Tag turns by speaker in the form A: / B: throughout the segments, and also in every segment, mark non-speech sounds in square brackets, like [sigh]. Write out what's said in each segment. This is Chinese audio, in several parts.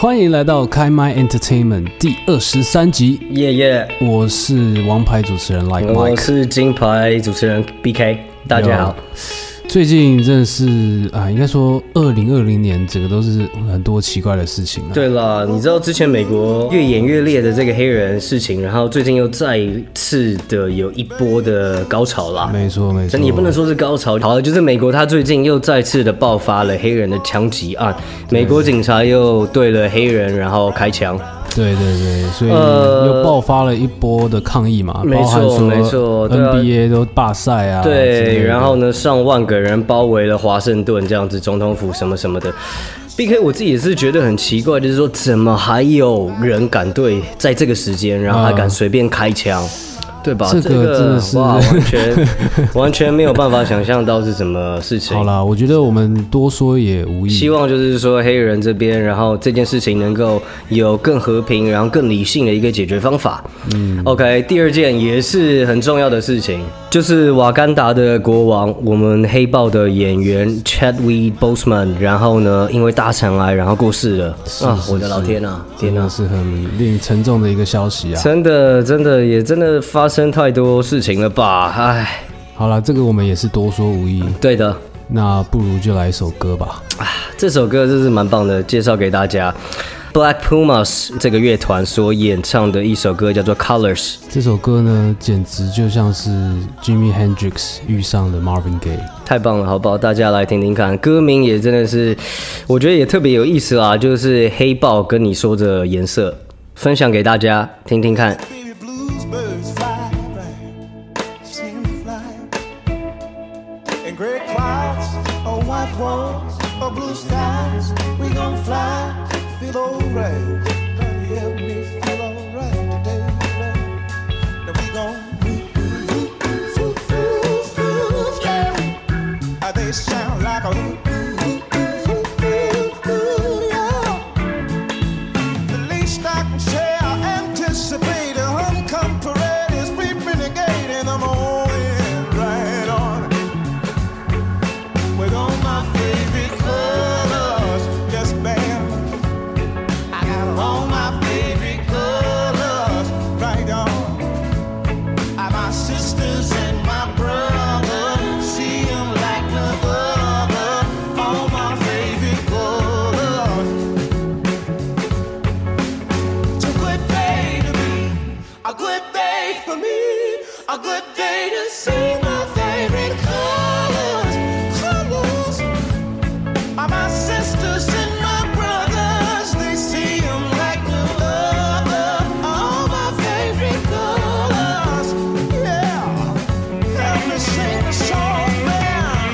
A: 欢迎来到开麦 Entertainment 第二十三集，
B: 耶耶！
A: 我是王牌主持人 Like
B: 我
A: Mike。
B: 是金牌主持人 BK，大家好。
A: 最近真的是啊，应该说二零二零年整个都是很多奇怪的事情啊了。
B: 对了，你知道之前美国越演越烈的这个黑人事情，然后最近又再一次的有一波的高潮啦。
A: 没错没错，
B: 但你也不能说是高潮，好了，就是美国它最近又再次的爆发了黑人的枪击案，美国警察又对了黑人然后开枪。
A: 对对对，所以
B: 呃
A: 又爆发了一波的抗议嘛，
B: 没错
A: 包含说
B: 没错对啊
A: NBA 都罢赛啊，之类
B: 对，
A: 的
B: 然后呢，上万个人包围了华盛顿，这样子总统府什么什么的。B K，我自己也是觉得很奇怪，就是说怎么还有人敢对在这个时间，然后还敢随便开枪，对吧？
A: 这个真的是
B: 哇，完全 [laughs] 完全没有办法想象到是什么事情
A: 好。啦，我觉得我们多说也无益
B: 希。望就是说黑人这边，然后这件事情能够有更和平，然后更理性的一个解决方法。嗯，OK，第二件也是很重要的事情，就是瓦干达的国王，我们黑豹的演员 Chadwick Boseman，然后呢，因为大肠癌然后过世了。啊，我的老天啊，天
A: 真
B: 啊
A: 的！是很令人沉重的一个消息啊！
B: 真的，真的也真的发生太多事情了吧？唉，
A: 好啦，这个我们也是多说无益，
B: 对的，
A: 那不如就来一首歌吧。
B: 这首歌真是蛮棒的，介绍给大家。Black Pumas 这个乐团所演唱的一首歌叫做《Colors
A: 这首歌呢，简直就像是 Jimi Hendrix 遇上了 Marvin Gaye。》，
B: 太棒了，好不好？大家来听听看，歌名也真的是，我觉得也特别有意思啦，就是黑豹跟你说着颜色，分享给大家听听看。
C: Baby blues birds fly right, see 'em fly. And gray clouds, or white walls, or blue skies, we gon' fly, feel alright. Gonna help me feel alright today, Lord. Now we gon' Ah, they sound like a the least I can say I anticipate a homecoming parade is reaping the gate and I'm going right on with all my favorite colors. Yes, ma'am. I got all my favorite colors right on. I, my sisters and my brothers, see 'em like no other. All my favorite colors it's a good day to be, a good day for me, a good day to see my favorite colors, colors. Are my sisters and my brothers, they see 'em like no other. All my favorite colors, yeah. Help me sing a song, man.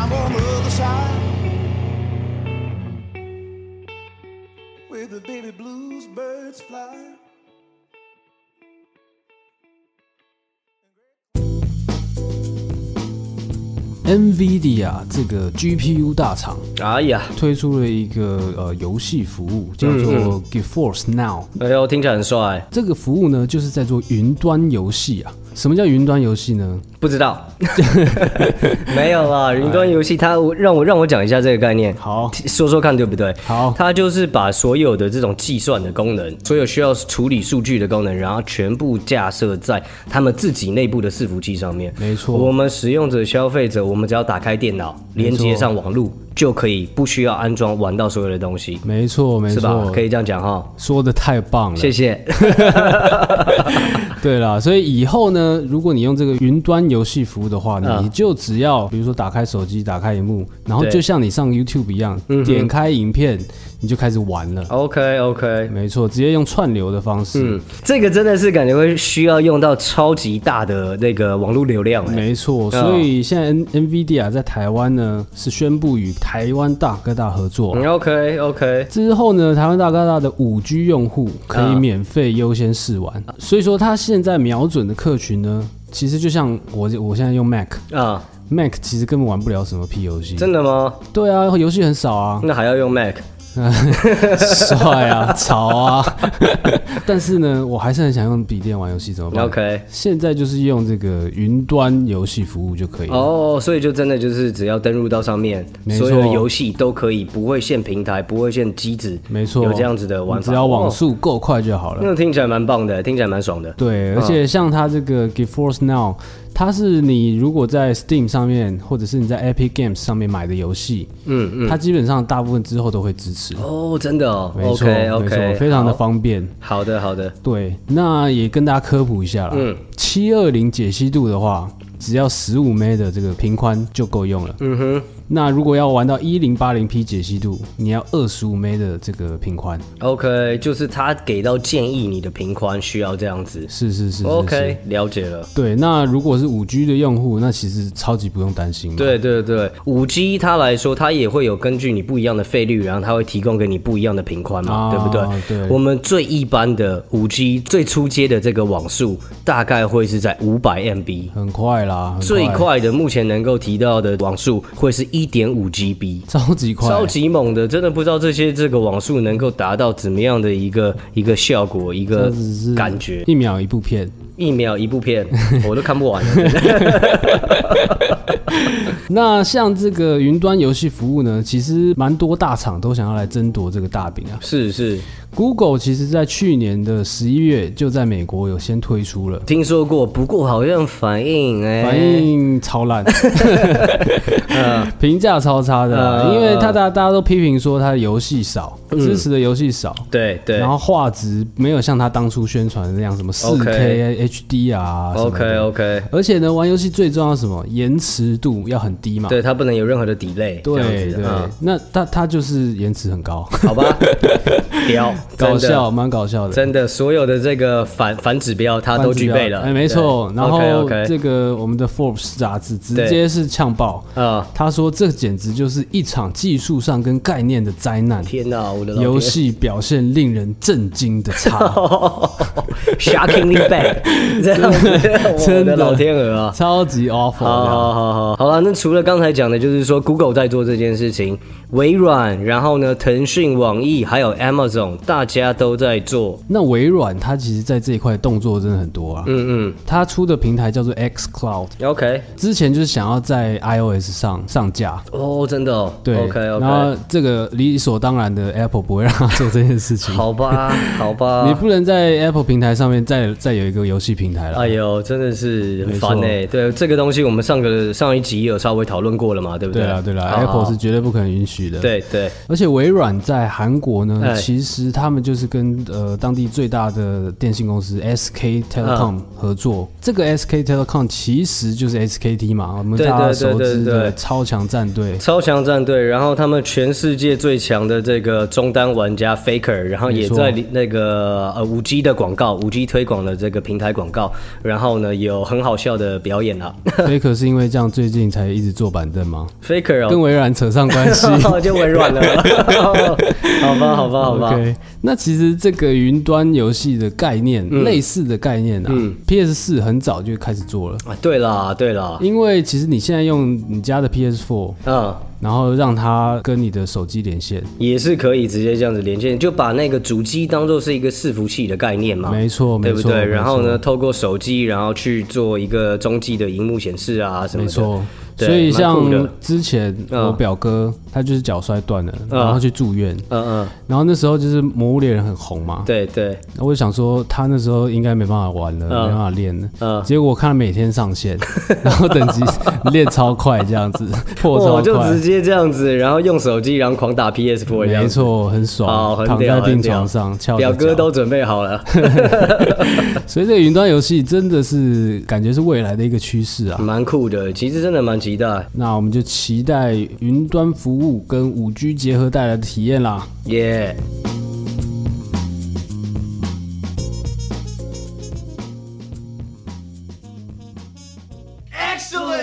C: I'm on the other side where the baby blues birds fly.
A: NVIDIA 这个 GPU 大厂
B: 哎呀，
A: 推出了一个呃游戏服务，叫
B: 嗯
A: 做 GeForce Now。
B: 哎呦，听起来很帅，
A: 这个服务呢，就是在做云端游戏啊。什么叫云端游戏呢？
B: 不知道， [laughs] 没有啦。云端游戏它让我让我讲一下这个概念，
A: 好
B: 说说看对不对？
A: 好
B: 它就是把所有的这种计算的功能，所有需要处理数据的功能，然后全部架设在他们自己内部的伺服器上面。
A: 没错
B: 我们使用者、消费者，我们只要打开电脑，连接上网络，就可以不需要安装玩到所有的东西，
A: 没错没
B: 是吧
A: 错？，
B: 可以这样讲哈。
A: 说的太棒了，[laughs]
B: 谢谢。
A: 对啦，所以以后呢，如果你用这个云端游戏服务的话，
B: 嗯
A: 你就只要比如说打开手机、打开荧幕，然后
B: 对嗯
A: 就像你上 YouTube 一样，点开影片，你就开始玩了。
B: OK OK，
A: 没错，直接用串流的方式。
B: 嗯，这个真的是感觉会需要用到超级大的那个网络流量、欸。
A: 没错，
B: 嗯
A: 所以现在 N NVIDIA 在台湾呢是宣布与台湾大哥大合作。
B: 嗯 OK OK，
A: 之后呢，台湾大哥大的五 G 用户可以
B: 嗯
A: 免费优先试玩，所以说它现在瞄准的客群呢，其实就像我我现在用 Mac，
B: 啊，
A: Mac 其实根本玩不了什么 P 游戏，
B: 真的吗？，
A: 对啊，游戏很少啊
B: [laughs] 那还要用 Mac？
A: 帅啊，潮啊， [laughs] 但是呢，我还是很想用笔电玩游戏，怎么办
B: OK
A: 现在就是用这个云端游戏服务就可以了。
B: 哦，所以就真的就是只要登录到上面，
A: 没错
B: 所有的游戏都可以，不会限平台，不会限机子，
A: 没错，
B: 有这样子的玩
A: 你
B: 法。
A: 只要网
B: 哦，
A: 速够快就好了。
B: 那听起来蛮棒的，听起来蛮爽的。
A: 对，而且像它这个 GeForce Now，它是你如果在 Steam 上面，或者是你在 Epic Games 上面买的游戏，
B: 嗯嗯，
A: 它基本上大部分之后都会支持。
B: 哦，真的哦
A: 没错，
B: ，OK
A: 没错，
B: OK，
A: 非常的方便。
B: 好的好的，
A: 对，那也跟大家科普一下啦。
B: 嗯
A: 七二零解析度的话，只要十五 M 的这个频宽就够用了。
B: 嗯哼
A: 那如果要玩到一零八零 P 解析度，你要二十五 M 的这个频宽。
B: ，OK，就是他给到建议，你的频宽需要这样子。
A: 是是是是
B: OK，
A: 是
B: 了解了。
A: 对，那如果是五 G 的用户，那其实超级不用担心。，
B: 对对对，五 G 它来说，它也会有根据你不一样的费率，然后它会提供给你不一样的频宽嘛，
A: 啊
B: 对不对？
A: 对
B: 我们最一般的五 G 最初阶的这个网速，大概会是在五百 MB，
A: 很快啦，很
B: 最，快的目前能够提到的网速会是一点五 GB。
A: 超级快，
B: 超级猛的，真的不知道这些这个网速能够达到怎么样的一个一个效果，一个
A: 只是
B: 感觉。
A: 一秒一部片。
B: 一秒一部片，我都看
A: [laughs]
B: 不完了。
A: 那像这个云端游戏服务呢，其实蛮多大厂都想要来争夺这个大饼啊。
B: 是是，
A: Google 其实在去年的十一月就在美国有先推出了，
B: 听说过，不过好像反应哎、
A: 反应超
B: [laughs]
A: 烂，评价超差的啦，
B: 嗯
A: 因为他大大家都批评说他的游戏少，支持的游戏少。
B: 对对
A: 然后画质没有像他当初宣传的那样，什么四 K、
B: OK
A: HD 啊什么
B: ，OK
A: 的
B: OK，
A: 而且呢，玩游戏最重要是什么？延迟度要很低嘛。
B: 对它不能有任何的 delay，这样
A: 对
B: 子
A: 对
B: 嗯，
A: 那它它就是延迟很高，[laughs]
B: 好吧，屌，
A: 搞
B: 真的
A: 笑，，蛮搞笑的。
B: 真的，所有的这个反反指标它都具备了，
A: 哎，没错。然后
B: OK
A: 这
B: OK，
A: 个我们的 Forbes 杂志直
B: 对
A: 接是呛爆，
B: 啊，
A: 他说这简直就是一场技术上跟概念的灾难，
B: 天哪，我的
A: [laughs]
B: 老
A: 游戏表现令人震惊的差，
B: [laughs] shockingly
A: [laughs]
B: bad，这样子，我
A: 真的
B: 的老天鹅啊！
A: 超级 awful
B: 好
A: 的。
B: 好好好，好了。那除了刚才讲的，就是说 Google 在做这件事情，微软，然后呢，腾讯、网易还有 Amazon，大家都在做。
A: 那微软它其实在这一块动作真的很多啊，
B: 嗯
A: 它出的平台叫做 X Cloud，
B: 嗯，OK，
A: 之前就是想要在 iOS 上上架，
B: 哦，真的哦，
A: 对
B: o k OK，
A: 然后这个理所当然的 Apple 不会让他做这件事情，
B: 好吧，好
A: 你
B: 吧。
A: 不能在 Apple 平台上面再再有一个游戏平台了。
B: 哎呦，真的是很
A: 没
B: 烦
A: 错
B: 哎、对这个东西，我们上个上一集也有稍微讨论过了嘛，对不
A: 对
B: 对
A: 啦对啦
B: 好好
A: a p p l e 是绝对不可能允许的。，
B: 对对
A: 而且微软在韩国呢，
B: 哎
A: 其实他们就是跟呃当地最大的电信公司
B: 嗯
A: SK Telecom 合作。这个 SK Telecom 其实就是 SKT 嘛，我们
B: 对
A: 大家
B: 对
A: 熟
B: 对
A: 知
B: 对
A: 的
B: 对
A: 超强战
B: [laughs]
A: 队。
B: 超强战队，然后他们全世界最强的这个终端玩家 Faker，然后
A: 没
B: 也
A: 错
B: 在里那个呃五 G 的广告、五 G 推广的这个平台广告，然后呢有很好笑的表演啊
A: Faker 是因为这样最近才一直坐板凳吗？
B: [laughs] ，Faker
A: 跟
B: 哦。
A: 微软扯上
B: [laughs]
A: 关系。
B: 就微软了，好吧，好吧，好吧
A: [laughs] OK，那其实这个云端游戏的概念，
B: 嗯
A: 类似的概念啊、p s 四很早就开始做了，
B: 啊，对啦，对啦，
A: 因为其实你现在用你家的 PS4，
B: 嗯，
A: 然后让它跟你的手机连线，
B: 也是可以直接这样子连线，就把那个主机当做是一个伺服器的概念嘛，
A: 没错
B: 啊对不
A: 没错
B: 对？然后
A: 没
B: 呢，透过手机，然后去做一个中继的荧幕显示啊什么的，
A: 没错。
B: 对
A: 所以
B: 蛮酷的
A: 像之前
B: 嗯
A: 我表哥他就是脚摔断了，
B: 嗯
A: 然后他去住院，
B: 嗯嗯，
A: 然后那时候就是《魔物猎人》很红嘛，
B: 对对，
A: 然后我就想说他那时候应该没办法玩了，
B: 嗯
A: 没办法练了。
B: 嗯
A: 结果我看他每天上线， [laughs] 然后等级 [laughs] 练超快这样子，破
B: 我
A: 超
B: 就
A: 快
B: 直，接这样子，然后用手机，然后狂打 PS4 这样
A: 没
B: 子。
A: 错，很
B: 哦，
A: 爽，
B: 很
A: 躺
B: 屌，
A: 在
B: 很
A: 病
B: 屌
A: 床上翘着
B: 表哥
A: 脚
B: 都准备好了， [laughs]
A: 所以这个云端游戏真的是感觉是未来的一个趋势啊。
B: 蛮酷的。其实真的蛮期待，
A: 那我们就期待云端服务跟五 G 结合带来的体验啦。
B: 耶、
C: Excellent!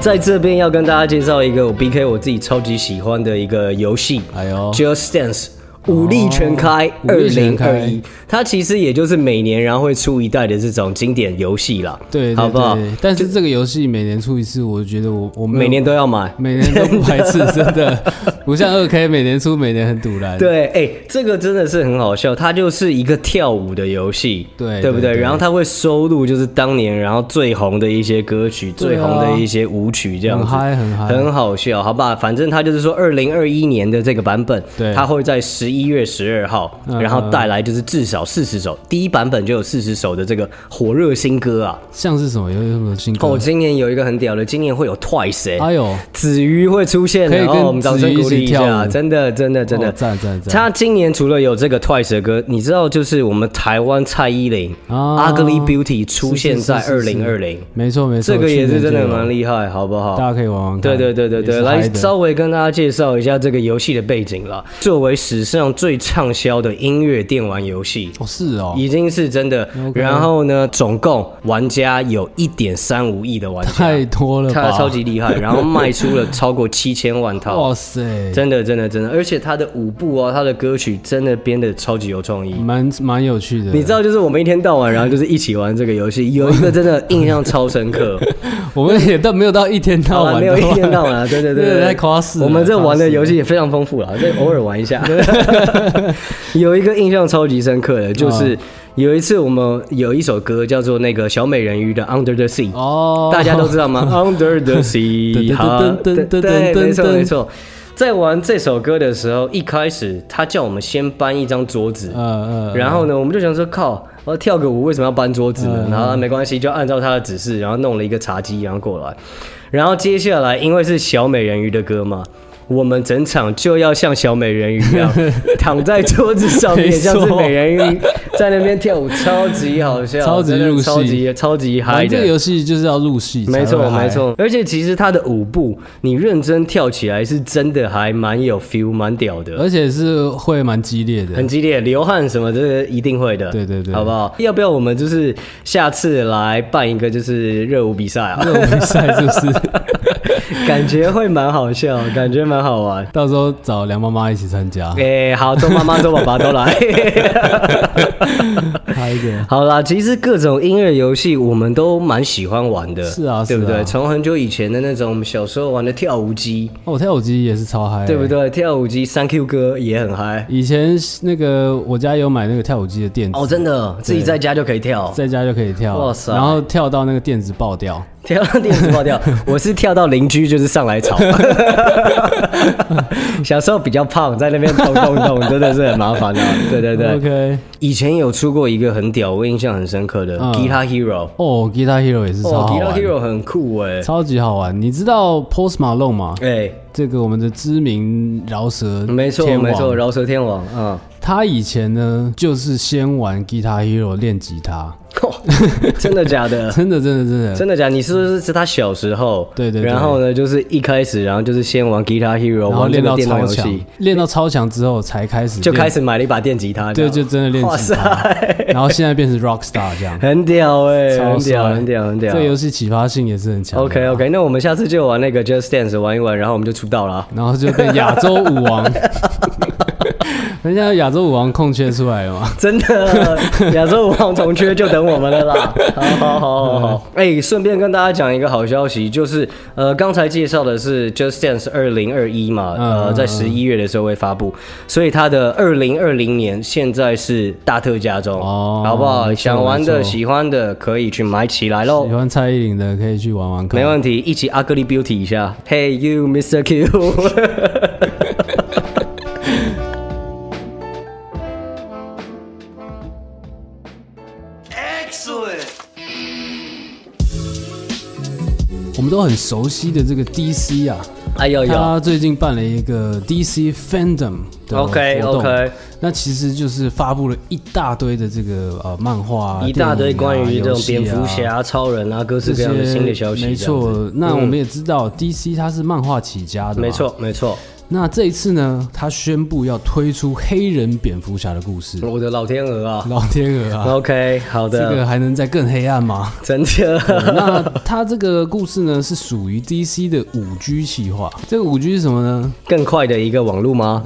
B: 在这边要跟大家介绍一个我 BK 我自己超级喜欢的一个游戏，
A: 哎呦
B: Just Dance。武力全开，
A: 哦
B: 二
A: 武力全
B: 零二
A: 开
B: 一，它其实也就是每年然后会出一代的这种经典游戏啦，
A: 对，对
B: 好不好？
A: 对但是这个游戏每年出一次，我觉得我我没有
B: 每年都要
A: [laughs]
B: 买，
A: 每年都不排斥，
B: [laughs]
A: 真的不像二 K 每年出，每年很堵然。，
B: 对，哎、这个真的是很好笑，它就是一个跳舞的游戏，
A: 对
B: 对不
A: 对
B: 对？
A: 对
B: 然后它会收录就是当年然后最红的一些歌曲，
A: 对
B: 最
A: 啊
B: 红的一些舞曲，这样子，
A: 很嗨很嗨
B: 很好笑，好吧？反正它就是说，二零二一年的这个版本，
A: 对
B: 它会在十一月十二号，
A: 嗯
B: 然后带来就是至少四十首，第一版本就有四十首的这个火热新歌啊。
A: 像是什么有什么新歌？
B: 哦，今年有一个很屌的，今年会有 Twice 哎、
A: 哎呦，
B: 子瑜会出现
A: 可
B: 的，
A: 以
B: 然
A: 跟
B: 后我们掌声鼓励一
A: 子瑜一起跳
B: 下，
A: 舞
B: 真的，真的，真的，
A: 哦赞赞赞
B: 他今年除了有这个 Twice 的歌，你知道，就是我们台湾蔡依林《
A: 啊
B: Ugly Beauty》出现在
A: 是
B: 二
A: 是是是
B: 零二零，
A: 没错没错，
B: 这个也是真
A: 去
B: 的
A: 年就有
B: 蛮厉害，好不好？
A: 大家可以玩玩看。
B: 对对对对
A: 也
B: 对，
A: 是嗨
B: 来
A: 的
B: 稍微跟大家介绍一下这个游戏的背景啦。作为史上最畅销的音乐电玩游戏，
A: 哦是哦，
B: 已经是真的。
A: OK
B: 然后呢，总共玩家有一点三五亿的玩家，
A: 太多了吧？
B: 他超级厉害，然后卖出了超过七千万
A: [laughs]
B: 套
A: 哇，塞，
B: 真的真的真的，而且他的舞步啊，他的歌曲真的编的超级有创意。
A: 蛮蛮有趣的。
B: 你知道，就是我们一天到晚，然啊后就是一起玩这个游戏，有一个真的印象超
A: [laughs]
B: 深刻。
A: 我们也到没有到一天到
B: 好了，
A: 晚，
B: 没有一天到晚
A: [laughs]
B: 啊，对对对
A: 那
B: 对，
A: 个太夸饰了
B: 我们这玩的游戏也非常丰富了，这偶尔玩
A: [laughs]
B: 一下。有一个印象超级深刻的，
A: 哦
B: 就是有一次我们有一首歌叫做那个小美人鱼的《Under the Sea》。
A: 哦，
B: 大家
A: [laughs]
B: 都知道吗？Under the
A: 噔
B: Sea，好
A: 噔，噔
B: 对
A: 噔噔
B: 对，
A: 噔
B: 没错
A: 噔
B: 没错。在玩这首歌的时候，一开始他叫我们先搬一张桌子，
A: 呃呃，
B: 然后呢，我们就想说靠，我要跳个舞为什么要搬桌子呢？
A: 嗯
B: 然后没关系，就按照他的指示，然后弄了一个茶几，然后过来。然后接下来，因为是小美人鱼的歌嘛。我们整场就要像小美人鱼一
A: [laughs]
B: 样躺在桌子上面，
A: 没错
B: 像是美人鱼在那边跳舞，超级好笑，
A: 超级
B: 真的
A: 入戏
B: 超级超级
A: 反
B: 嗨
A: 正
B: 的。
A: 这个游戏就是要入戏，
B: 没错，
A: 才会嗨
B: 没。错。而且其实他的舞步，你认真跳起来是真的还蛮有 feel，蛮屌的，
A: 而且是会蛮激烈的， [laughs]
B: 很激烈，流汗什么这个一定会的。
A: 对对对
B: 好不好？要不要我们就是下次来办一个就是热舞比赛啊？
A: 这种比赛就是
B: [laughs]
A: [laughs]
B: 感觉会蛮好笑，感觉蛮好玩。
A: 到时候找梁妈妈一起参
B: [laughs]
A: 加，
B: 哎、好，周妈妈、周爸爸都来。
A: [laughs] 拍一个。
B: 好啦，其实各种音乐游戏我们都蛮喜欢玩的，
A: 是啊
B: 对不
A: 是啊
B: 对？从很久以前的那种我们小时候玩的跳舞机，
A: 哦，跳舞机也是超嗨，欸
B: 对不？对？跳舞机三 Q 歌也很嗨。
A: 以前那个我家有买那个跳舞机的垫子，
B: 哦，真的，自己在家就可以跳，
A: 在家就可以跳，
B: 哇塞
A: 然后跳到那个垫子爆掉，
B: 跳到电子爆
A: [laughs]
B: 掉。我是跳到邻居就是上来吵。小时候比较胖，在那边咚咚咚，真的是很麻烦的、啊
A: [laughs]
B: 对对对
A: OK，
B: 以前有出过一个很屌，我印象很深刻的、
A: 嗯
B: Guitar Hero。
A: 哦，Guitar Hero 也是超
B: 哦
A: 好
B: ，Guitar
A: 玩，
B: Hero 很酷哎、
A: 超级好玩。你知道 Post Malone 吗？
B: 哎、
A: 这个我们的知名饶舌
B: 没错
A: 天王
B: 没错，饶舌天王
A: [laughs]
B: 啊，
A: 他以前呢就是先玩 Guitar Hero 练吉他， [laughs]
B: 嗯真的假的？
A: 真的真的真的，
B: 真的假的？你是不是是他小时候？
A: 对对对
B: 然后呢，就是一开始，然后就是先玩 Guitar Hero，
A: 然后
B: 玩这
A: 练
B: 个
A: 到
B: 电脑
A: 超
B: 游
A: 强
B: 戏，，
A: 练到超强之后才开始
B: 就
A: 练
B: 开始买了一把电吉他。
A: 对，
B: 这
A: 就
B: 样
A: 真的练
B: 哇
A: 吉他
B: 塞，， [laughs]
A: 然后现在变成 rock star 这样，
B: 很屌哎、
A: 超
B: 很屌，
A: 帅
B: 很屌，很屌
A: 这。游戏启发性也是很强的。
B: OK OK，那我们下次就玩那个 [laughs] Just Dance 玩一玩，然后我们就出道了啊。
A: 然后就被亚洲舞王， [laughs] 人家亚洲舞王空缺出来了嘛。
B: 真
A: [laughs]
B: 的，亚洲舞王重缺就等我们了啦。好好好好好，
A: 嗯
B: 哎、顺便跟大家讲一个好消息，就是呃，刚才介绍的是 Just Dance 二零二一嘛，呃，
A: 嗯
B: 在十一月的时候会发布，所以它的二零二零年现在是大特价中，
A: 哦
B: 好不好？
A: 没错
B: 想玩的、
A: 没错
B: 喜欢的可以去买起来喽
A: 喜。欢蔡依林的可以去玩玩看。
B: 哦没问题，一起 ugly beauty 一下。Hey you, Mr. Q。 [laughs]
C: Excellent.
A: 我们都很熟悉的这个 DC 啊，
B: 哎呦呦，
A: 他最近办了一个 DC Fandom 的
B: OK，
A: 活动
B: OK
A: 那其实就是发布了一大堆的这个呃漫画啊、
B: 一大
A: 电
B: 堆
A: 影啊
B: 关于这种蝙蝠。
A: 游戏啊
B: 侠、超人啊，各式
A: 这
B: 各
A: 些
B: 样的新的消息。
A: 没
B: 这样子，
A: 错。
B: 嗯
A: 那我们也知道、DC 它是漫画起家的，
B: 没。错，没错。
A: 那这一次呢，他宣布要推出黑人蝙蝠侠的故事，
B: 我的老天鹅啊
A: 老天鹅 [laughs] 啊，
B: ！OK，好
A: 这
B: 的，
A: 个还能再更黑暗
B: [laughs]
A: 吗？
B: 真的。
A: 那它这个故事呢，是属于 DC 的五 G 企划。这个五 G 是什么呢？
B: 更快的一个网
A: [laughs]
B: 路吗？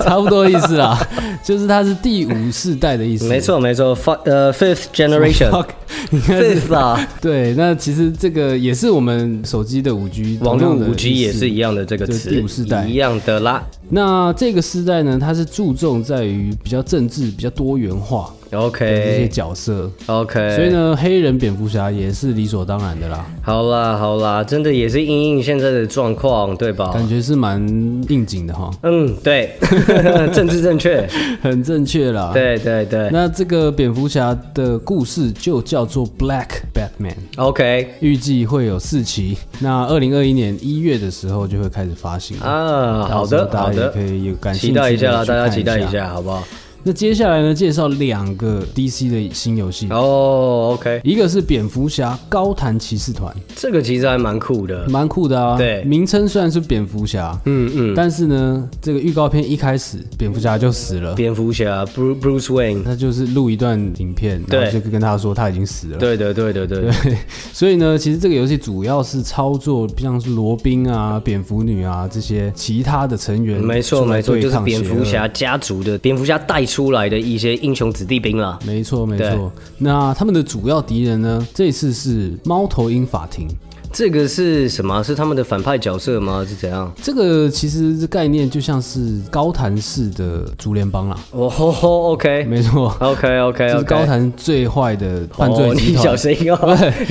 A: 差不多意思啦， [laughs] 就是它是第五世代的意思。
B: 没错，没错。Fi- 呃，fifth generation，
A: Fuck，你 [laughs] 看是
B: [laughs] fifth
A: [laughs]
B: 啊，
A: 对，那其实这个也是我们手机的五 G，
B: 网路五 G 也是一。样的这个
A: 对
B: 词，
A: 第五世代
B: 一样的啦。
A: 那这个世代呢，它是注重在于比较政治、比较多元化的这些
B: OK，OK。
A: 角色，
B: 哎
A: 所以呢，黑人蝙蝠侠也是理所当然的啦，
B: 好啦好啦，真的也是因应现在的状况，对吧？
A: 感觉是蛮应景的哈，
B: 嗯，对， [laughs] 政治
A: [laughs]
B: 正确，
A: 很正确啦。。
B: 对对对。
A: 那这个蝙蝠侠的故事就叫做 Black Batman，
B: OK
A: 预计会有四期。那二零二一年一月的时候就会开始发行了。
B: 啊，好的
A: 到时候大家
B: 好
A: 也
B: 的，
A: 可以有感
B: 期
A: 兴趣
B: 待一下
A: 的
B: 啦，
A: 去
B: 大家
A: 看
B: 期待一
A: 一
B: 下，好不好？
A: 那接下来呢，介绍两个 DC 的新游戏，
B: 哦，OK，
A: 一个是蝙蝠侠高谭骑士团，
B: 这个其实还蛮酷的，
A: 蛮酷的啊。
B: 对
A: 名称虽然是蝙蝠侠，
B: 嗯嗯，
A: 但是呢，这个预告片一开始蝙蝠侠就死了。
B: 蝙蝠侠 Bruce Bruce Wayne，
A: 他就是录一段影片，然后
B: 对
A: 就跟他说他已经死了。
B: 对的对的对的，
A: 对， [laughs] 所以呢，其实这个游戏主要是操作像是罗宾啊、蝙蝠女啊这些其他的成员，
B: 没错没错，就是蝙蝠。侠家族的蝙蝠侠带出来的一些英雄子弟兵啦。
A: 没错没
B: 对
A: 错，那他们的主要敌人呢？这次是猫头鹰法庭。
B: 这个是什么？是他们的反派角色吗？是怎样？
A: 这个其实这概念就像是高谭市的竹联帮啦，
B: 哦吼吼，OK
A: 没错，
B: OK OK
A: 就是
B: OK，
A: 高谭最坏的犯罪集
B: 哦你
A: 团
B: 小，心哦，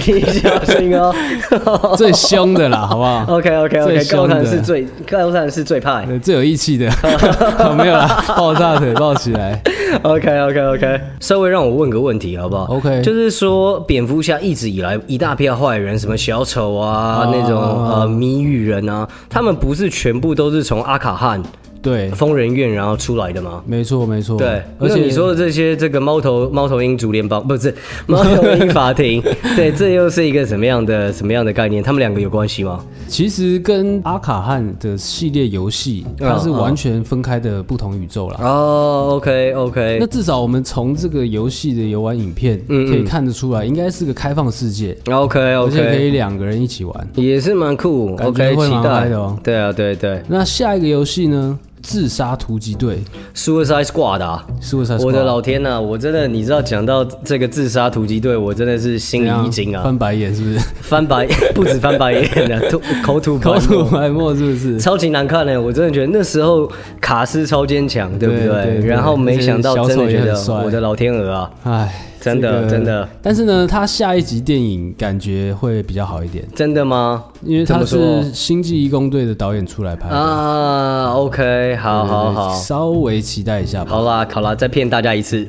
B: 你小心哦。
A: [laughs]
B: [laughs]
A: 最凶的啦，好不好
B: OK OK
A: 最
B: OK，高
A: 凶的
B: 谈是最高谈是最派。
A: 呃最有义气的， [laughs] 没有啦，抱大腿抱起来。
B: OK OK OK，稍微让我问个问题好不好
A: OK
B: 就是说蝙蝠侠一直以来一大票坏人，什么小丑啊，
A: 啊
B: 那种呃谜语人啊，他们不是全部都是从阿卡汉
A: 对，
B: 疯人院然后出来的吗？
A: 没错没错，
B: 对，
A: 而
B: 而且
A: 且
B: 你说的这些，这个猫头猫头鹰竹联邦不是猫头鹰
A: [laughs]
B: 法庭，对，这又是一个什么样的什么样的概念？他们两个有关系吗？
A: 其实跟阿卡汉的系列游戏，
B: 嗯
A: 它是完全分开的不同宇宙啦。
B: 哦，OK OK，
A: 那至少我们从这个游戏的游玩影片可以看得出来，应该是个开放世界，
B: 嗯 OK
A: 而且可
B: OK，
A: 以两个人一起玩。
B: 也是蛮酷
A: 感觉
B: ，OK，
A: 会
B: 期
A: 蛮
B: 待
A: 嗨的哦
B: 对啊，对对
A: 那下一个游戏呢？自杀突击队
B: ，Suicide Squad 啊。
A: 是不是？
B: 我的老天呐、我真的，你知道讲到这个自杀突击队，我真的是心
A: 怎
B: 里
A: 样
B: 一惊啊，
A: 翻白眼是不是？
B: [laughs] 翻白不止翻白
A: [laughs]
B: 眼的、吐口吐白
A: 口
B: 沫
A: [laughs] 吐白沫是不
B: [laughs]
A: 是？
B: 超级难看呢、欸我真的觉得那时候卡斯超坚强，对不对？
A: 对对对
B: 然后没想到真的觉
A: 而且小丑也
B: 得
A: 很帅
B: 我的老天鹅啊，
A: 唉，
B: 真的
A: 这个
B: 真的。
A: 但是呢，它下一集电影感觉会比较好一点，
B: 真的吗？
A: 因为
B: 怎
A: 它
B: 么
A: 是
B: 说
A: 《星际义工队》的导演出来拍的。
B: 啊，OK，好好好，
A: 稍微期待一下吧。
B: 好啦好啦，再骗大家
A: [laughs]
B: 一次。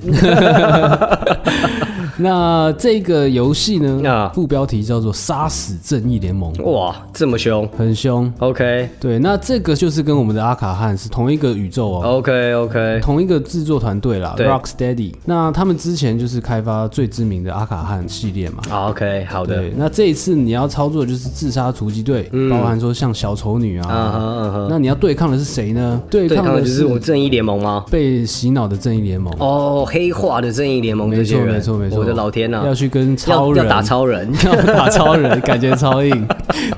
A: 那这个游戏呢，
B: 啊
A: 副标题叫做《杀死正义联盟》，
B: 哇，这么凶
A: 很凶。
B: ，OK
A: 对，那这个就是跟我们的阿卡汉是同一个宇宙哦。
B: OK OK，
A: 同一个制作团队啦
B: 对
A: ，Rocksteady。那他们之前就是开发最知名的阿卡汉系列嘛。
B: 好啊 OK，好的，
A: 对，那这一次你要操作的就是自杀突击队，包含说像小丑女
B: 嗯
A: 啊，
B: 哼嗯哼，
A: 那你要对抗的是谁呢？对
B: 对
A: 抗
B: 他们
A: 的
B: 就是我正义联盟吗？
A: 被洗脑的正义联盟。
B: 哦，黑化的正义联盟这
A: 没
B: 些
A: 错，
B: 人，
A: 没错，没错。
B: 我的老天呐、
A: 要去跟超
B: 要
A: 人
B: 要打超人，
A: [laughs] 要打超人，感觉超硬，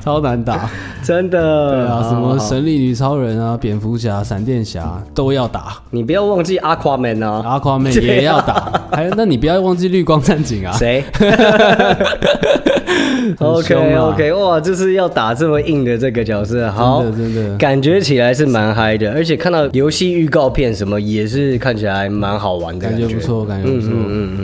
A: 超难
B: [laughs]
A: 打。
B: 真的。
A: 对啊，
B: 好
A: 什么？
B: 好好
A: 神力女超人啊、蝙蝠侠、闪电侠都要打，
B: 你不要忘记阿夸 man 啊，
A: 阿
B: [laughs]
A: 夸妹也要打。还有，那你不要忘记绿光战警啊。 [laughs]
B: 谁
A: 很凶
B: ？OK
A: 啊
B: OK，哇，就是要打这么硬的这个角色，好，
A: 真的真的
B: 感觉起来是蛮嗨的，而且看到游戏预告片什么也是看起来蛮好玩的
A: 感
B: 觉，
A: 觉不。错，感觉
B: 嗯
A: 不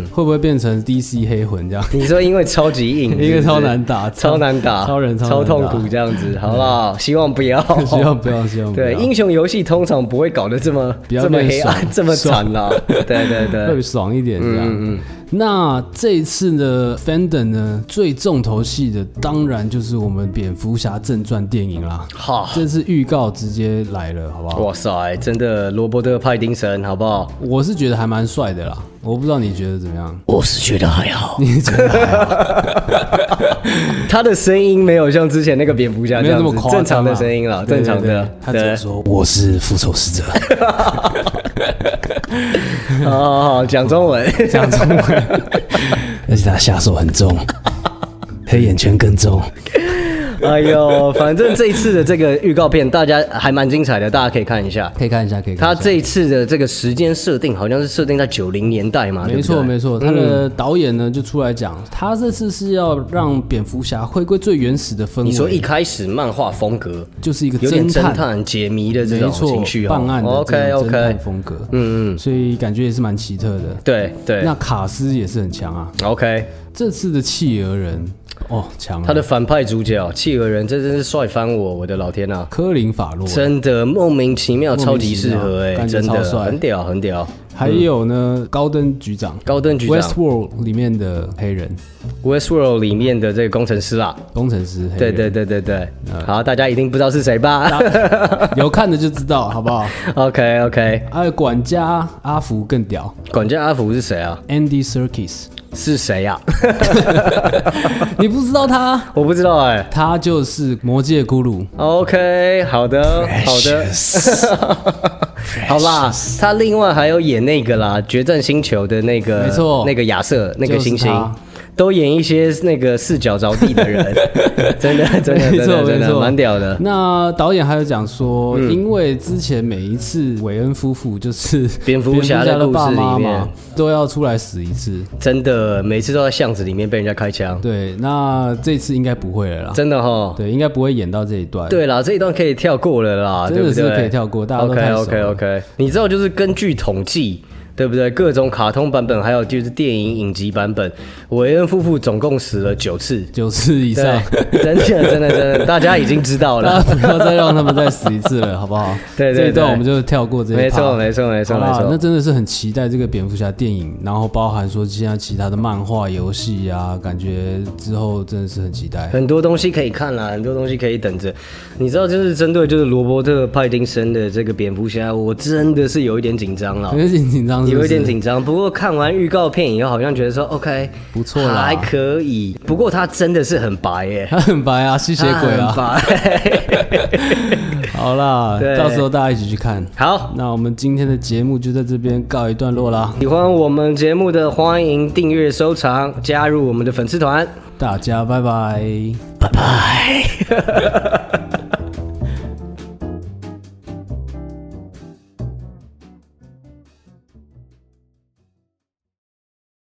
A: 错。会不会变成 DC 黑魂这样？
B: 你说因为超级硬，
A: 一个
B: 是不是
A: 超难打
B: 超难打，
A: 超人超
B: 超
A: 难打嗯
B: 痛苦这样子，好不好？希望不要，
A: [laughs] 希望不要，希望不要
B: 对，英雄游戏通常不会搞得这么
A: 比较
B: 这么
A: 内
B: 黑暗、
A: 爽
B: [laughs] 这么惨啦。对对嗯
A: 会
B: 对，
A: 爽一点这样。那这一次的 Fandom 呢，最重头戏的当然就是我们蝙蝠侠正传电影啦。
B: 好，
A: 这次预告直接来了，好不好？
B: 哇塞，真的罗伯特·派丁森，好不好？
A: 我是觉得还蛮帅的啦，我不知道你觉得怎么
B: [laughs]
A: 样？
B: 我是觉得还好，
A: 你觉得还好
B: 他的声音没有像之前那个蝙蝠侠
A: 没
B: 这
A: 有
B: 样
A: 那
B: 子
A: 么夸张啊？
B: 正常的声音了，
A: 对
B: 正
A: 对
B: 常的
A: 对。他只能说我是复仇使者，
B: 对，好好好，哦讲中文，
A: 这样子， [laughs] 而且他下手很重，黑眼圈更重。
B: [laughs] 哎呦，反正这一次的这个预告片，大家还蛮精彩的，大家可以看一下。
A: 可以看一下，可以看一下。
B: 他这一次的这个时间设定好像是设定在九零年代嘛，对嗯
A: 没
B: 不
A: 错
B: 对
A: 没错，他的导演呢就出来讲，他这次是要让蝙蝠侠回归最原始的氛围，
B: 你说一开始漫画风格
A: 就是一个
B: 有点侦
A: 探，
B: 探解谜的这
A: 没
B: 种
A: 错
B: 情绪，哦，
A: 办案的
B: OK
A: 这种侦探
B: OK，
A: 风格，嗯嗯，所以感觉也是蛮奇特的。
B: 对对
A: 那卡斯也是很强啊，
B: ，OK。
A: 这次的企鹅人哦强啊，
B: 他的反派主角企鹅人，这真是帅翻我，我的老天啊！
A: 科林法洛，
B: 真的莫名其妙，
A: 莫
B: 超
A: 名
B: 级
A: 其
B: 适
A: 妙
B: 合哎、
A: 感觉
B: 真的
A: 超帅
B: 很屌，很屌。
A: 还有呢高登局长
B: 高登局长
A: ，Westworld 里面的黑人
B: ，Westworld 里面的这个工程师啦，
A: 工程师，黑
B: 对
A: 人
B: 对对对对，
A: 嗯
B: 好，大家一定不知道是谁吧
A: [laughs]
B: [laughs]
A: 有看的就知道好不好？
B: ？OK OK，
A: 还有管家阿福更屌
B: 管家阿福是谁啊？
A: ，Andy
B: [laughs]
A: Serkis。
B: 是谁呀、
A: 你不知道他？
B: 我不知道哎、
A: 他就是魔界咕噜，
B: OK，好的，好的， [laughs] 好啦，他另外还有演那个啦，《决战星球》的那个，
A: 没错
B: 那个亚瑟，那
A: 就
B: 个
A: 是
B: 星星
A: 他，
B: 都演一些那个四脚着地
A: [laughs]
B: 的人，真的，真的，
A: 没
B: 真
A: 错
B: 的，真
A: 没
B: 的，
A: 错，
B: 蛮屌的。嗯
A: 那导演还有讲说，因为之前每一次韦恩夫妇就是
B: 蝙蝠侠的
A: 蝙蝠爸妈
B: 故事里
A: 嘛
B: 面，
A: 都要出来死一次。
B: 真的，每次都在巷子里面被人家开枪，
A: 对，那这次应该不会了啦。
B: 真的哈。
A: 对，应该不会演到这一段。，
B: 对啦，这一段可以跳过了啦，
A: 真的是
B: 对不对
A: 可以跳过大家都太
B: OK
A: 熟
B: OK
A: 了
B: OK，你知道就是根据统计。对不对？各种卡通版本，还有就是电影影集版本，韦恩夫妇总共死了九次。
A: 九次以上，
B: 对，真的真的真的，大家已经知
A: [laughs]
B: 道
A: 大家
B: 了。
A: 不要再让他们再死一次了，好不好？
B: [laughs] 对对
A: 这一段
B: 对
A: 我们就跳过这一
B: 没错
A: 趴
B: 没错没错
A: 好啦
B: 没
A: 那
B: 错。
A: 真的是很期待这个蝙蝠侠电影，然后包含说现在其他的漫画、游戏啊，感觉之后真的是很期待。
B: 很多东西可以看啦，很多东西可以等着。你知道，就是针对就是罗伯特·派丁森的这个蝙蝠侠，我真的是有一点紧张了
A: [laughs] 有，点紧张是不
B: 有
A: 是，
B: 一点紧张。不过看完预告片以后，好像觉得说 OK
A: 不错啦
B: 还可以。不过他真的是很
A: [laughs]
B: 白耶，
A: 他 [laughs] 很白啊，吸血鬼
B: [laughs] 他
A: 啊。
B: 很白。
A: [laughs]
B: [laughs]
A: 好啦，
B: 对
A: 到时候大家一起去看。
B: 好，
A: 那我们今天的节目就在这边告一段落啦，
B: 喜欢我们节目的，欢迎订阅、收藏、加入我们的粉丝团。
A: 大家拜拜。
B: 拜拜。